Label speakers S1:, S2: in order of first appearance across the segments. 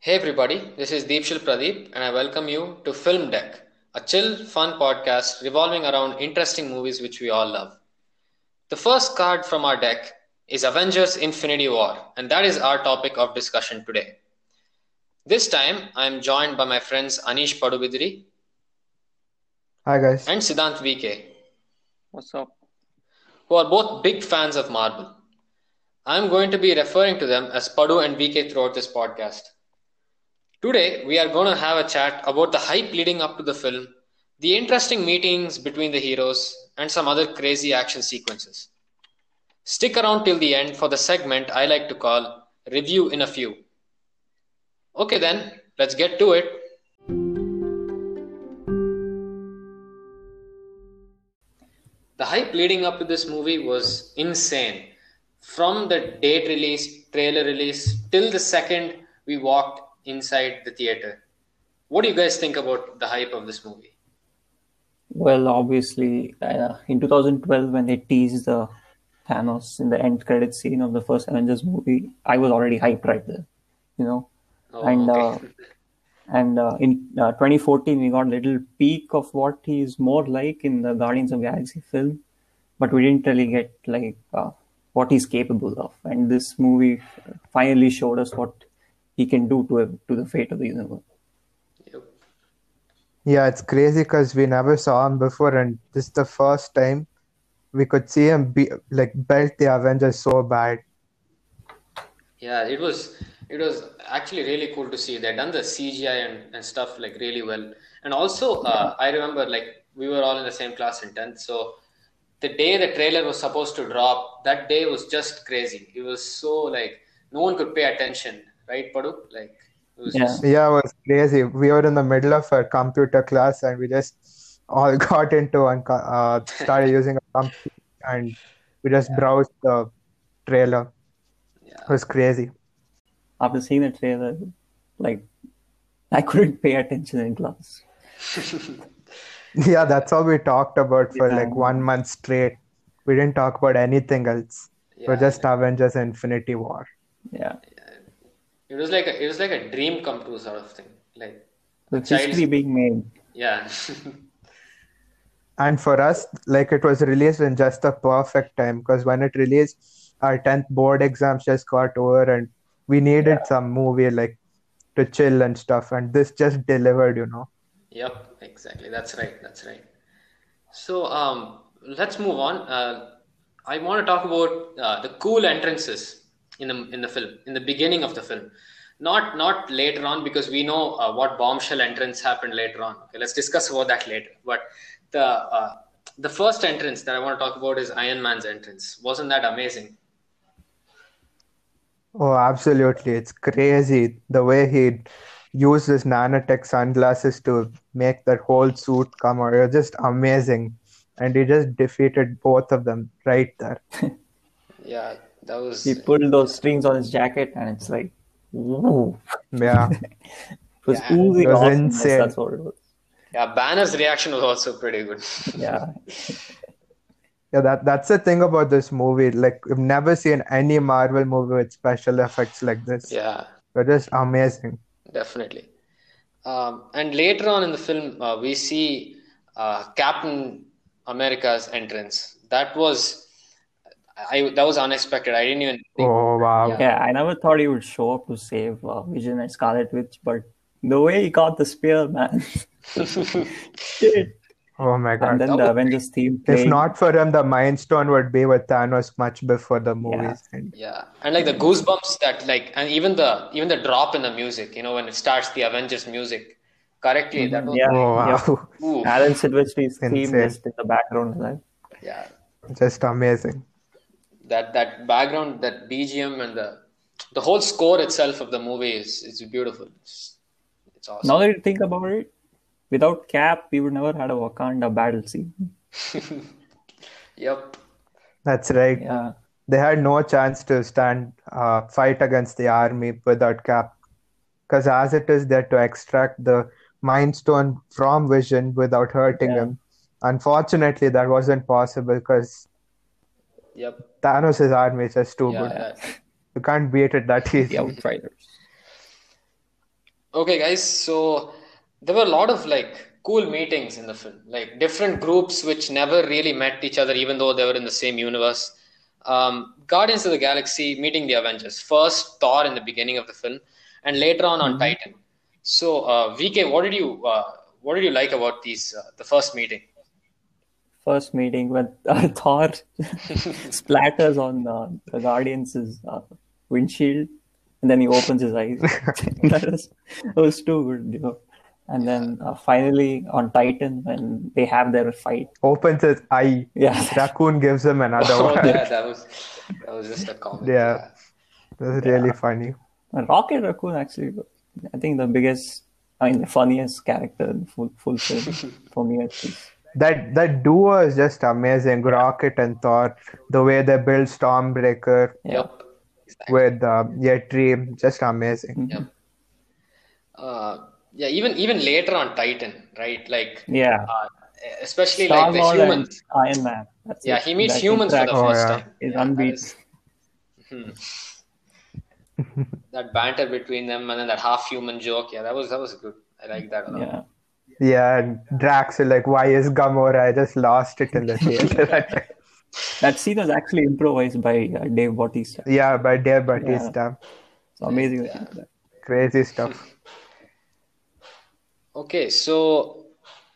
S1: Hey everybody, this is Deepshil Pradeep and I welcome you to Film Deck, a chill, fun podcast revolving around interesting movies which we all love. The first card from our deck is Avengers Infinity War, and that is our topic of discussion today. This time I am joined by my friends Anish Padubidri
S2: Hi guys.
S1: and Siddhant VK,
S3: What's up?
S1: who are both big fans of Marvel. I am going to be referring to them as Padu and VK throughout this podcast. Today, we are going to have a chat about the hype leading up to the film, the interesting meetings between the heroes, and some other crazy action sequences. Stick around till the end for the segment I like to call Review in a Few. Okay, then, let's get to it. The hype leading up to this movie was insane. From the date release, trailer release, till the second we walked inside the theater. What do you guys think about the hype of this movie?
S3: Well, obviously, uh, in 2012, when they teased the Thanos in the end credit scene of the first Avengers movie, I was already hyped right there, you know.
S1: Oh,
S3: and
S1: okay.
S3: uh, and uh, in uh, 2014, we got a little peek of what he is more like in the Guardians of Galaxy film, but we didn't really get like uh, what he's capable of. And this movie finally showed us what he can do to to the fate of the universe.
S1: Yep.
S2: Yeah, it's crazy because we never saw him before, and this is the first time we could see him be like belt the Avengers so bad.
S1: Yeah, it was it was actually really cool to see. They done the CGI and, and stuff like really well. And also, uh, I remember like we were all in the same class in tenth, so the day the trailer was supposed to drop, that day was just crazy. It was so like no one could pay attention, right, Padu? Like it was
S3: Yeah.
S1: just
S2: Yeah, it was crazy. We were in the middle of a computer class, and we just all got into and co- uh, started using a computer, and we just browsed the trailer. It
S1: yeah,
S2: was crazy.
S3: after seeing the trailer, like I couldn't pay attention in class.
S2: Yeah, that's all we talked about for
S3: Yeah.
S2: like one month straight. We didn't talk about anything else. It was
S1: yeah.
S2: just Avengers Infinity War.
S3: Yeah,
S1: It was like a, it was like a dream come true sort of thing. Like
S3: with
S1: Child's-
S3: history being made.
S1: yeah.
S2: And for us, like it was released in just the perfect time because when it released, our 10th board exams just got over and we needed some movie like to chill and stuff. And this just delivered, you know.
S1: Yep, exactly. That's right. That's right. So um, let's move on. Uh, I want to talk about uh, the cool entrances in the in the film, in the beginning of the film, not not later on because we know uh, what bombshell entrance happened later on. Okay, let's discuss about that later. But the uh, the first entrance that I want to talk about is Iron Man's entrance. Wasn't that amazing?
S2: Oh, absolutely. It's crazy the way he used his nanotech sunglasses to make that whole suit come out. It was just amazing. And he just defeated both of them right there.
S1: Yeah, that was
S3: He pulled those strings on his jacket, and it's like, ooh,
S2: Yeah.
S3: it was
S1: Yeah.
S3: oozing
S2: It was
S3: awesomeness,
S2: insane.
S3: That's what it was.
S1: yeah. Banner's reaction was also pretty good.
S3: Yeah,
S2: Yeah, that that's the thing about this movie. Like, we've never seen any Marvel movie with special effects like this.
S1: yeah.
S2: They're just amazing.
S1: Definitely. Um, and later on in the film, uh, we see uh, Captain America's entrance. That was, I that was unexpected. I didn't even think.
S2: Oh wow.
S1: Yeah.
S3: yeah. I never thought he would show up to save uh, Vision and Scarlet Witch, but the way he got the spear, man, shit.
S2: Oh my
S3: and
S2: God.
S3: then
S1: That
S3: the
S1: was-
S3: Avengers theme
S2: If
S3: playing.
S2: not for him, the Mind Stone would be with Thanos much before the movies end.
S1: Yeah, and like the goosebumps that like, and even the even the drop in the music, you know, when it starts the Avengers music correctly. That was
S3: Yeah,
S2: Oh
S3: yeah.
S2: wow.
S1: Ooh,
S3: Alan Silvestri's theme
S2: Insane.
S3: just in the background, like.
S1: yeah.
S2: Just amazing.
S1: That that background, that BGM, and the the whole score itself of the movie is is beautiful. It's, it's awesome.
S3: Now that you think about it, without Cap, we would never had a Wakanda battle scene.
S1: Yep.
S2: That's right.
S3: Yeah,
S2: They had no chance to stand uh, fight against the army without Cap. Because as it is, they had to extract the Mind Stone from Vision without hurting
S3: Yeah.
S2: him. Unfortunately, that wasn't possible because
S1: Yep.
S2: Thanos' army is just too
S1: Yeah,
S2: good.
S1: yeah.
S2: You can't beat it that easy.
S3: the Outriders.
S1: Okay, guys, so there were a lot of like cool meetings in the film, like different groups which never really met each other, even though they were in the same universe. Um, Guardians of the Galaxy meeting the Avengers, first Thor in the beginning of the film, and later on
S2: Mm-hmm.
S1: on Titan. So, uh, VK, what did you uh, what did you like about these uh, the first meeting?
S3: First meeting when uh, Thor splatters on uh, the Guardians' uh, windshield, and then he opens his eyes. that was, that was too good, you know. And then uh, finally on Titan when they have their fight.
S2: Opens his eye.
S3: Yeah.
S2: Raccoon gives him another
S1: Oh,
S2: one.
S1: yeah, that was that was just a comment.
S2: Yeah. That's really funny.
S3: Rocket Raccoon actually, I think the biggest, I mean the funniest character in full full film for me at least.
S2: That that duo is just amazing. Rocket and Thor, the way they build Stormbreaker
S1: Yep.
S2: with uh, Yetri, just amazing.
S1: Yep. Uh, yeah, even even later on Titan, right? Like,
S3: Yeah.
S1: uh, especially like the
S3: Star-Lord and
S1: humans.
S3: Iron Man. That's
S1: Yeah,
S3: it.
S1: he meets
S3: That
S1: humans for the
S3: interaction
S2: Oh,
S1: first
S2: yeah.
S1: time.
S3: is
S1: Yeah, that
S3: unbeatable.
S1: is- Hmm. that banter between them and then that half human joke. Yeah, that was that was good. I like that a lot.
S3: Yeah.
S2: Yeah, and Drax is like, why is Gamora? I just lost it in the theater.
S3: That scene was actually improvised by uh, Dave Bautista.
S2: yeah, by Dave Batista.
S3: It's amazing. Yeah.
S2: Crazy stuff.
S1: Okay, so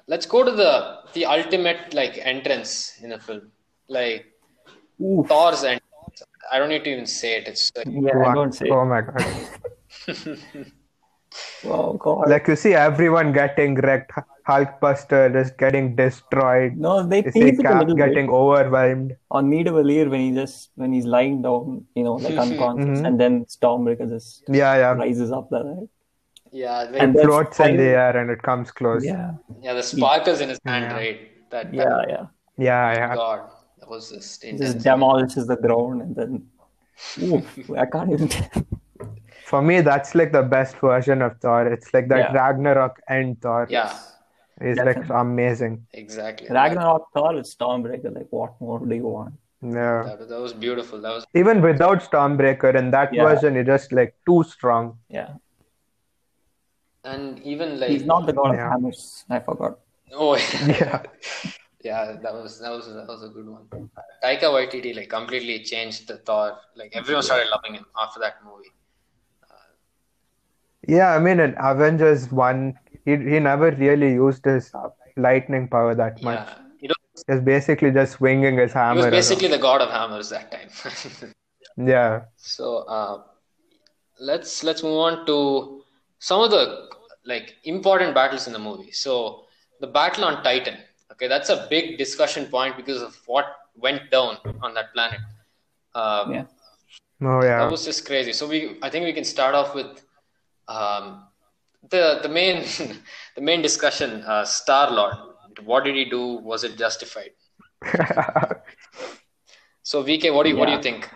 S1: let's go to the the ultimate like entrance in the film, like
S3: Oof.
S1: Thor's entrance. I don't need to even say it. It's like,
S3: Yeah, I don't say.
S2: oh my god.
S3: Oh God.
S2: Like you see everyone getting wrecked. Hulkbuster is getting destroyed.
S3: no, they
S2: You see
S3: tease it a
S2: Cap
S3: little bit
S2: getting overwhelmed.
S3: on Need of a Lear when he just when he's lying down, you know, like
S1: Mm-hmm.
S3: unconscious, and then Stormbreaker just
S2: Yeah, yeah.
S3: rises up there. Right?
S1: yeah, like,
S3: And then-
S2: Floats in the air and it comes close. Yeah,
S3: Yeah,
S1: yeah, the sparkles in his hand, right? That, that
S3: yeah, yeah.
S2: yeah.
S1: God, that was just intense.
S3: Just demolishes the ground, and then oof, I can't even.
S2: For me, that's like the best version of Thor. It's like that
S3: Yeah.
S2: Ragnarok end Thor.
S1: Yeah,
S2: It's like amazing.
S1: exactly.
S3: Ragnarok Thor with Stormbreaker. Like, what more do you want?
S2: Yeah.
S1: That, that was beautiful. That was
S2: Even without Stormbreaker, in that
S3: Yeah.
S2: version, it's just like too strong.
S3: Yeah,
S1: and even like
S3: he's not the god
S2: Yeah.
S3: of hammers. I forgot.
S1: oh yeah.
S2: Yeah.
S1: yeah that was that was that was a good one. Taika Waititi like completely changed the Thor. Like everyone started loving him after that movie.
S2: Yeah, I mean, in Avengers 1, he, he never really used his uh, lightning power that much.
S1: Yeah, he was,
S2: He was basically just swinging his
S1: he
S2: hammer.
S1: was
S2: around.
S1: basically the god of hammers that time.
S2: Yeah.
S1: So uh, let's let's move on to some of the like important battles in the movie. So the battle on Titan, okay, that's a big discussion point because of what went down on that planet. Um,
S3: Yeah.
S2: Oh, yeah.
S1: That was just crazy. So we, I think we can start off with um, the the main the main discussion. Uh, Star Lord, what did he do? Was it justified? So VK, what do you what do you
S3: Yeah.
S1: think?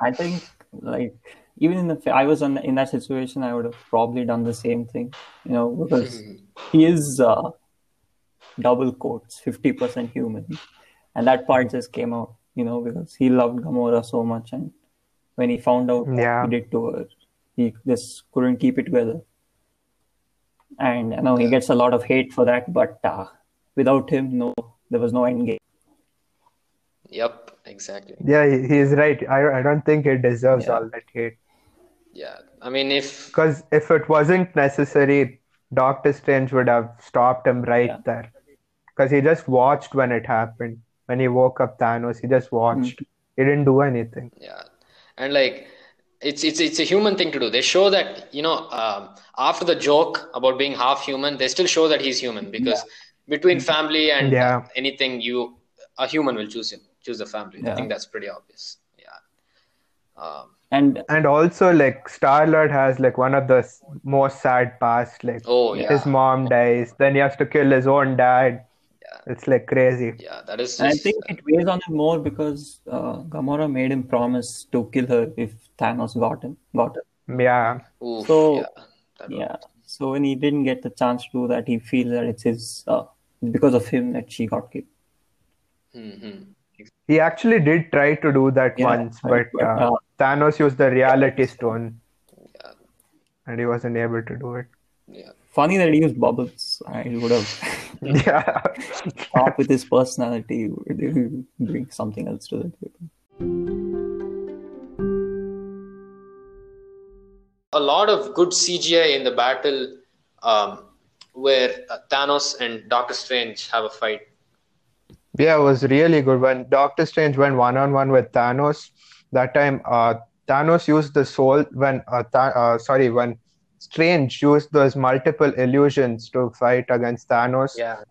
S3: I think like even in the fa- I was on, in that situation, I would have probably done the same thing, you know, because he is uh, double quotes, fifty percent human, and that part just came out, you know, because he loved Gamora so much, and when he found out
S2: Yeah.
S3: what he did to her, he just couldn't keep it together, and you know he gets a lot of hate for that, but uh, without him, no, there was no end game.
S1: Yep, exactly.
S2: Yeah, he, he is right. I, I don't think he deserves all that hate.
S1: Yeah, I mean if
S2: Because if it wasn't necessary, Doctor Strange would have stopped him right
S3: Yeah.
S2: there. Because he just watched when it happened. When he woke up Thanos, he just watched.
S1: Mm.
S2: He didn't do anything.
S1: Yeah, and like it's it's it's a human thing to do. They show that you know um, after the joke about being half human, they still show that he's human because between family and
S2: Yeah.
S1: anything, you a human will choose him, choose the family. I
S3: Yeah.
S1: think that's pretty obvious. Yeah. Um,
S3: And
S2: And also, like, Star Lord has, like, one of the s- most sad past. Like,
S1: oh
S2: his
S1: yeah,
S2: mom dies, then he has to kill his own dad.
S1: Yeah.
S2: It's like crazy.
S1: yeah. That is
S3: And I
S1: just
S3: think it weighs on him more because uh, Gamora made him promise to kill her if Thanos got him. Got her.
S2: Yeah.
S1: oof,
S3: so-
S1: yeah. That
S3: Yeah. So when he didn't get the chance to do that, he feels that it's his uh, because of him that she got killed.
S1: hmm
S2: He actually did try to do that
S3: Yeah,
S2: once, but
S3: right, but,
S2: uh,
S3: uh,
S2: Thanos used the reality stone and he wasn't able to do it.
S1: Yeah.
S3: Funny that he used bubbles. I would have
S2: Yeah.
S3: thought with his personality, he would- he would bring something else to the table.
S1: a lot of good CGI in the battle um, where uh, Thanos and Doctor Strange have a fight.
S2: Yeah, it was really good. When Doctor Strange went one on one with Thanos, that time uh, Thanos used the soul when uh, Tha- uh, sorry when Strange used those multiple illusions to fight against Thanos.
S1: Yeah,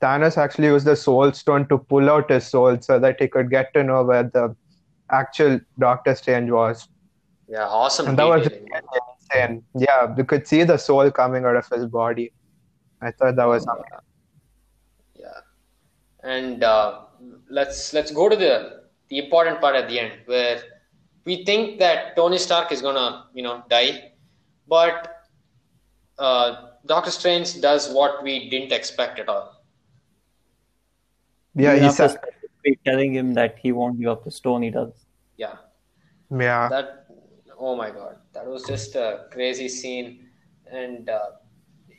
S2: Thanos actually used the soul stone to pull out his soul so that he could get to know where the actual Doctor Strange was.
S1: yeah, awesome.
S2: And that was
S1: detailing.
S2: insane. Yeah, you could see the soul coming out of his body. I thought that was something.
S1: yeah, and uh, let's let's go to the the important part at the end where we think that Tony Stark is gonna you know die, but uh, Doctor Strange does what we didn't expect at all.
S2: Yeah,
S3: Even
S2: he
S3: after
S2: said.
S3: specifically telling him that he won't give up the stone, he does.
S1: Yeah,
S2: Yeah,
S1: that oh my god that was just a crazy scene and uh,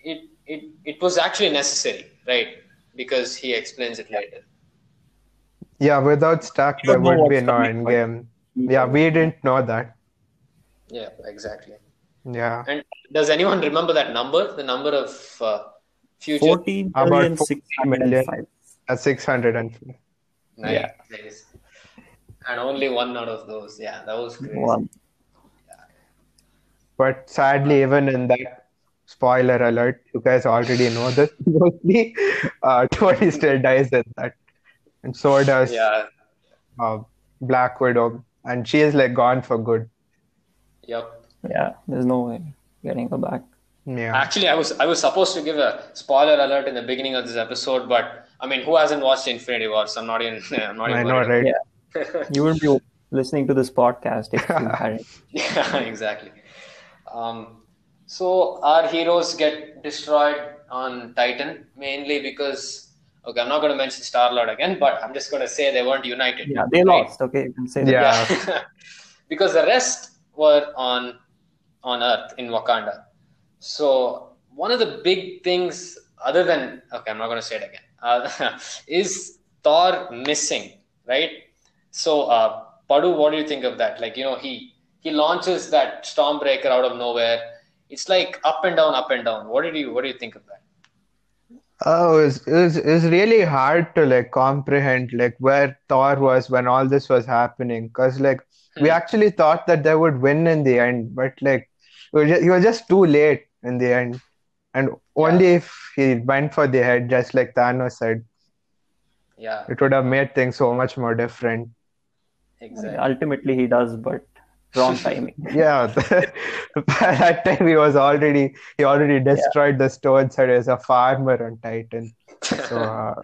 S1: it it it was actually necessary right because he explains it later
S2: yeah. Without Stark,
S3: You
S2: there
S3: don't know
S2: would be
S3: what's
S2: no
S3: coming,
S2: end
S3: right?
S2: game. Yeah, we didn't know that.
S1: yeah exactly
S2: Yeah,
S1: and does anyone remember that number the number of uh, future
S3: 14
S2: About
S3: million
S2: 14 million.
S3: 605.
S2: at six hundred and
S1: Nice,
S3: yeah.
S1: nice. and only one out of those yeah that was crazy
S3: One.
S2: but sadly, even in that spoiler alert, you guys already know this. Mostly, uh, Tony still dies in that, and so does
S1: yeah
S2: uh, Black Widow, and she is like gone for good.
S1: yep
S3: Yeah, there's no way getting her back.
S2: Yeah,
S1: actually i was i was supposed to give a spoiler alert in the beginning of this episode but i mean who hasn't watched infinity war so i'm not even i'm not even
S2: I
S1: worried
S2: know,
S1: about
S2: right?
S3: Yeah. You wouldn't be listening to this podcast if you hadn't.
S1: Yeah, exactly. Um, so our heroes get destroyed on Titan mainly because okay, I'm not going to mention Star Lord again, but I'm just going to say they weren't united.
S3: Yeah, they
S1: Right.
S3: lost. Okay, you can say
S2: Yeah.
S3: that.
S1: Yeah. because the rest were on on Earth in Wakanda. So one of the big things, other than okay, I'm not going to say it again, uh, is Thor missing, right? So uh, Padu, what do you think of that? Like you know, he he launches that Stormbreaker out of nowhere. It's like up and down, up and down. What did you what do you think of that?
S2: Oh, it's, it's, it's really hard to like comprehend like where Thor was when all this was happening. Because like we
S1: Hmm.
S2: actually thought that they would win in the end, but like we were ju- he was just too late in the end. And only if he went for the head, just like Thanos said,
S1: Yeah,
S2: it would have made things so much more different.
S1: exactly.
S3: Ultimately, he does, but wrong timing.
S2: Yeah, by that time he was already he already destroyed the stone, so he was a farmer on Titan. So uh,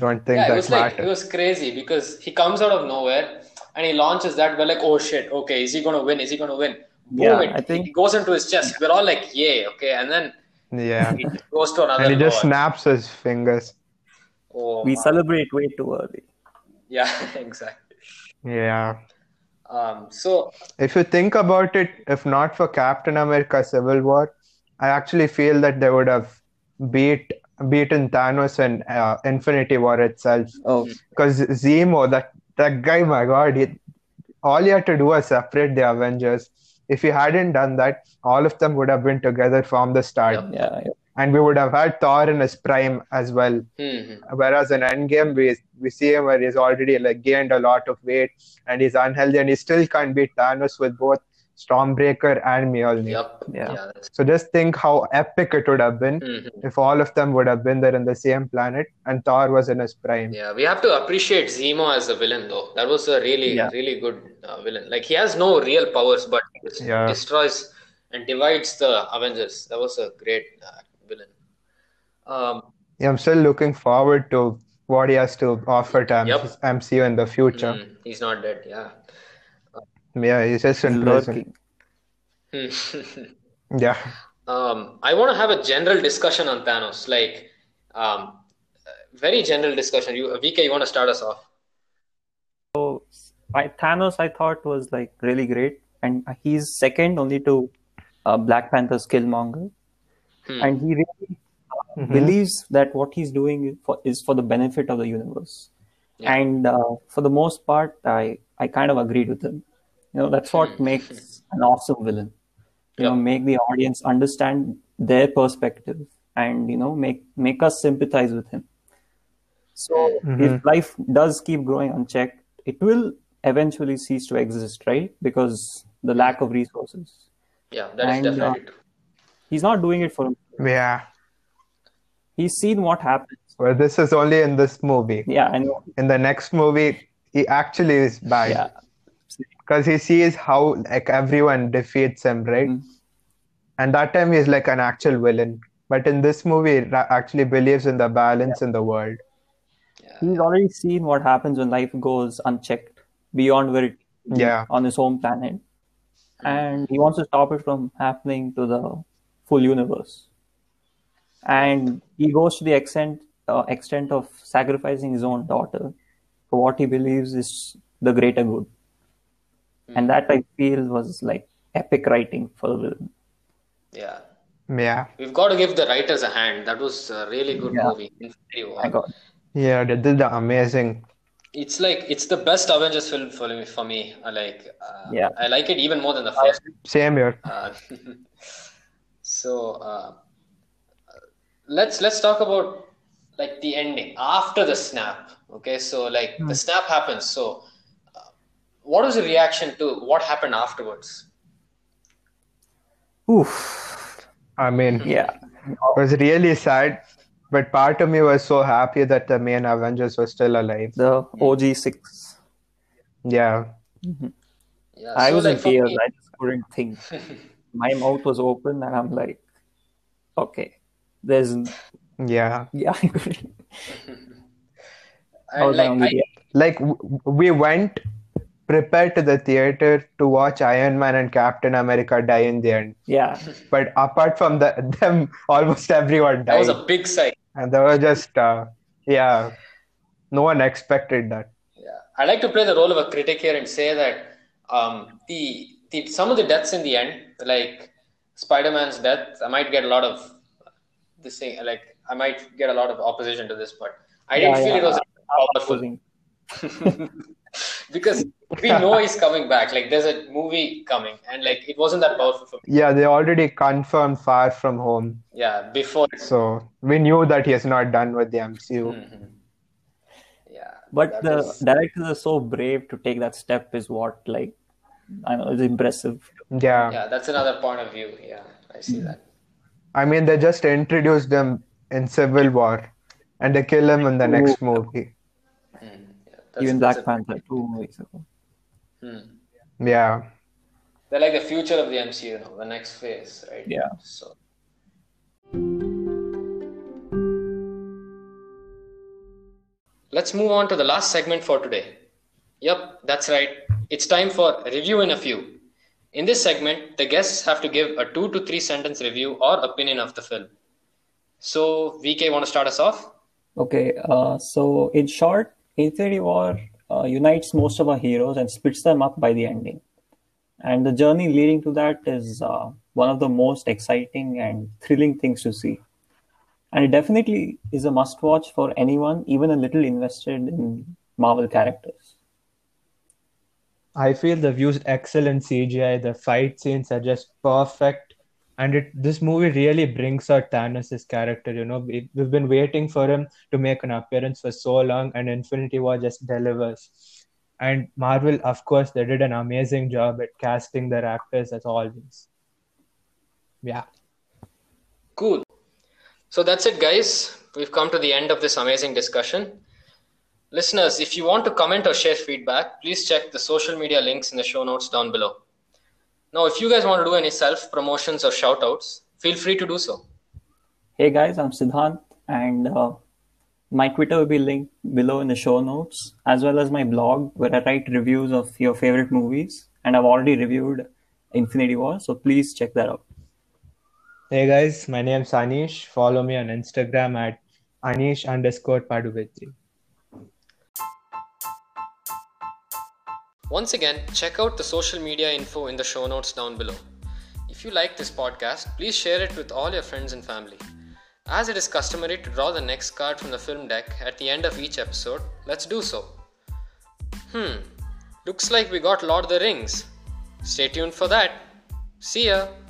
S2: don't think
S1: yeah, it
S2: that
S1: was like it
S2: matters.
S1: was crazy because he comes out of nowhere and he launches that. We're like, oh shit, okay, is he gonna win? Is he gonna win? Boom!
S3: Yeah,
S1: it,
S3: I think-
S1: it goes into his chest. We're all like, yay, okay, and then
S2: Yeah.
S1: it goes to another.
S2: and he just
S1: level.
S2: snaps his fingers.
S1: Oh,
S3: We
S1: my-
S3: celebrate way too early.
S1: yeah, exactly.
S2: Yeah.
S1: Um, so
S2: If you think about it, if not for Captain America Civil War, I actually feel that they would have beat beaten Thanos in uh, Infinity War itself.
S3: Oh,
S2: Because Zemo, that that guy, my God, he, all he had to do was separate the Avengers. If he hadn't done that, all of them would have been together from the start,
S1: Yep.
S3: yeah.
S2: and we would have had Thor in his prime as well.
S1: mhm,
S2: Whereas in Endgame, we we see him where he's already like gained a lot of weight and he's unhealthy, and he still can't beat Thanos with both Stormbreaker and Mjolnir.
S1: yep,
S3: Yeah.
S1: that's,
S2: So just think how epic it would have been
S1: mhm.
S2: if all of them would have been there in the same planet and Thor was in his prime.
S1: Yeah, we have to appreciate Zemo as a villain, though. That was a really,
S3: Yeah.
S1: really good uh, villain. Like he has no real powers, but he just
S2: Yeah.
S1: destroys and divides the Avengers. That was a great uh, villain. Um,
S2: Yeah, I'm still looking forward to what he has to offer to M-
S1: Yep.
S2: MCU in the future.
S1: mm, he's not dead. Yeah.
S2: Yeah, he's just in prison.
S3: Lurking.
S1: Hmm.
S2: Yeah,
S1: Um, I want to have a general discussion on Thanos, like um, uh, very general discussion. You, VK, you want to start us off?
S3: So, I, Thanos, I thought was like really great, and he's second only to uh, Black Panther's Killmonger.
S1: Hmm.
S3: and he really uh,
S2: Mhm.
S3: believes that what he's doing is for, is for the benefit of the universe
S1: Yeah.
S3: and uh, for the most part i i kind of agreed with him you know that's what makes an awesome villain you know
S1: Hmm. Yeah.
S3: make the audience understand their perspective and you know make make us sympathize with him so if life does keep growing unchecked it will eventually cease to exist right because the lack of resources
S1: Yeah, that is
S3: And, uh,
S1: definitely true.
S3: he's not doing it for him
S2: Yeah.
S3: he's seen what happens
S2: Well, this is only in this movie.
S3: yeah i know
S2: In the next movie, he actually is
S3: yeah
S2: bad because he sees how like everyone defeats him, right?
S3: Mhm.
S2: And that time he's like an actual villain. But in this movie, he ra- actually believes in the balance in the world.
S3: he's already seen what happens when life goes unchecked beyond where it
S2: Yeah.
S3: on his home planet and he wants to stop it from happening to the full universe and he goes to the extent uh, extent of sacrificing his own daughter for what he believes is the greater good
S1: Hmm.
S3: and that i feel was like epic writing for the villain
S1: Yeah.
S2: Yeah.
S1: We've got to give the writers a hand. That was a really good
S3: Yeah.
S1: movie. In very well.
S3: i got
S2: Yeah, they did the amazing.
S1: It's like it's the best Avengers film for me. For me, I like. Uh,
S3: Yeah.
S1: I like it even more than the first.
S2: Same here.
S1: Uh, so uh, let's let's talk about like the ending after the snap. Okay, so like the snap happens. So uh, what was the reaction to what happened afterwards?
S3: oof
S2: I mean,
S3: yeah
S2: It was really sad, but part of me was so happy that the main Avengers were still alive.
S3: the og6
S2: Yeah,
S1: Yeah,
S3: I
S1: so
S3: was
S1: like
S3: in
S1: for
S3: tears.
S1: me-
S3: I just couldn't think. My mouth was open, and I'm like, okay, there's
S2: yeah.
S3: yeah. I couldn't.
S1: and,
S3: was
S1: like,
S3: only-
S1: I-
S2: Like w- we went prepared to the theater to watch Iron Man and Captain America die in the end.
S3: yeah,
S2: But apart from the, them, almost everyone
S1: that was
S2: died,
S1: a big sigh.
S2: and they were just uh, yeah. No one expected that.
S1: Yeah. I like to play the role of a critic here and say that um, the, the some of the deaths in the end, like Spider-Man's death, I might get a lot of this thing. Like I might get a lot of opposition to this, but I didn't
S3: Yeah,
S1: feel it
S3: yeah.
S1: was powerful
S3: Opposing.
S1: because we know he's coming back. Like there's a movie coming, and like it wasn't that powerful for me.
S2: Yeah, they already confirmed Far From Home,
S1: Yeah, before.
S2: so we knew that he is not done with the MCU.
S1: Mm-hmm. Yeah,
S3: But
S1: that
S3: the
S1: was-
S3: directors are so brave to take that step. Is what like I know it's impressive.
S2: Yeah.
S1: Hmm. yeah, that's another point of view. Yeah, I see that.
S2: I mean, they just introduced him in Civil War, and they kill him in the next movie.
S1: Mm-hmm. Yeah, that's, Hmm.
S3: Even
S1: that's
S3: Black
S1: a-
S3: Panther two movies ago.
S2: Yeah,
S1: They're like the future of the MCU now, the next phase, right?
S3: Yeah.
S1: So let's move on to the last segment for today. Yep, that's right. It's time for review in a few. In this segment, the guests have to give a two to three sentence review or opinion of the film. So, VK, want to start us off?
S3: Okay, uh, so in short, Infinity War uh, unites most of our heroes and splits them up by the ending. And the journey leading to that is uh, one of the most exciting and thrilling things to see. And it definitely is a must watch for anyone, even a little invested in Marvel characters.
S2: I feel they've used excellent CGI. The fight scenes are just perfect, and it this movie really brings out Thanos' character. You know, we, we've been waiting for him to make an appearance for so long, and Infinity War just delivers. And Marvel, of course, they did an amazing job at casting their actors as always. Yeah.
S1: Cool. So that's it, guys. We've come to the end of this amazing discussion. Listeners, if you want to comment or share feedback, please check the social media links in the show notes down below. Now, if you guys want to do any self promotions or shout outs, feel free to do so.
S3: Hey guys, I'm Siddhant, and uh, my Twitter will be linked below in the show notes, as well as my blog where I write reviews of your favorite movies. And I've already reviewed Infinity War, so please check that out.
S2: Hey guys, my name's Anish. Follow me on Instagram at Anish underscore Paduvetri.
S1: Once again, check out the social media info in the show notes down below. If you like this podcast, please share it with all your friends and family. As it is customary to draw the next card from the film deck at the end of each episode, let's do so. Hmm, looks like we got Lord of the Rings. Stay tuned for that. See ya!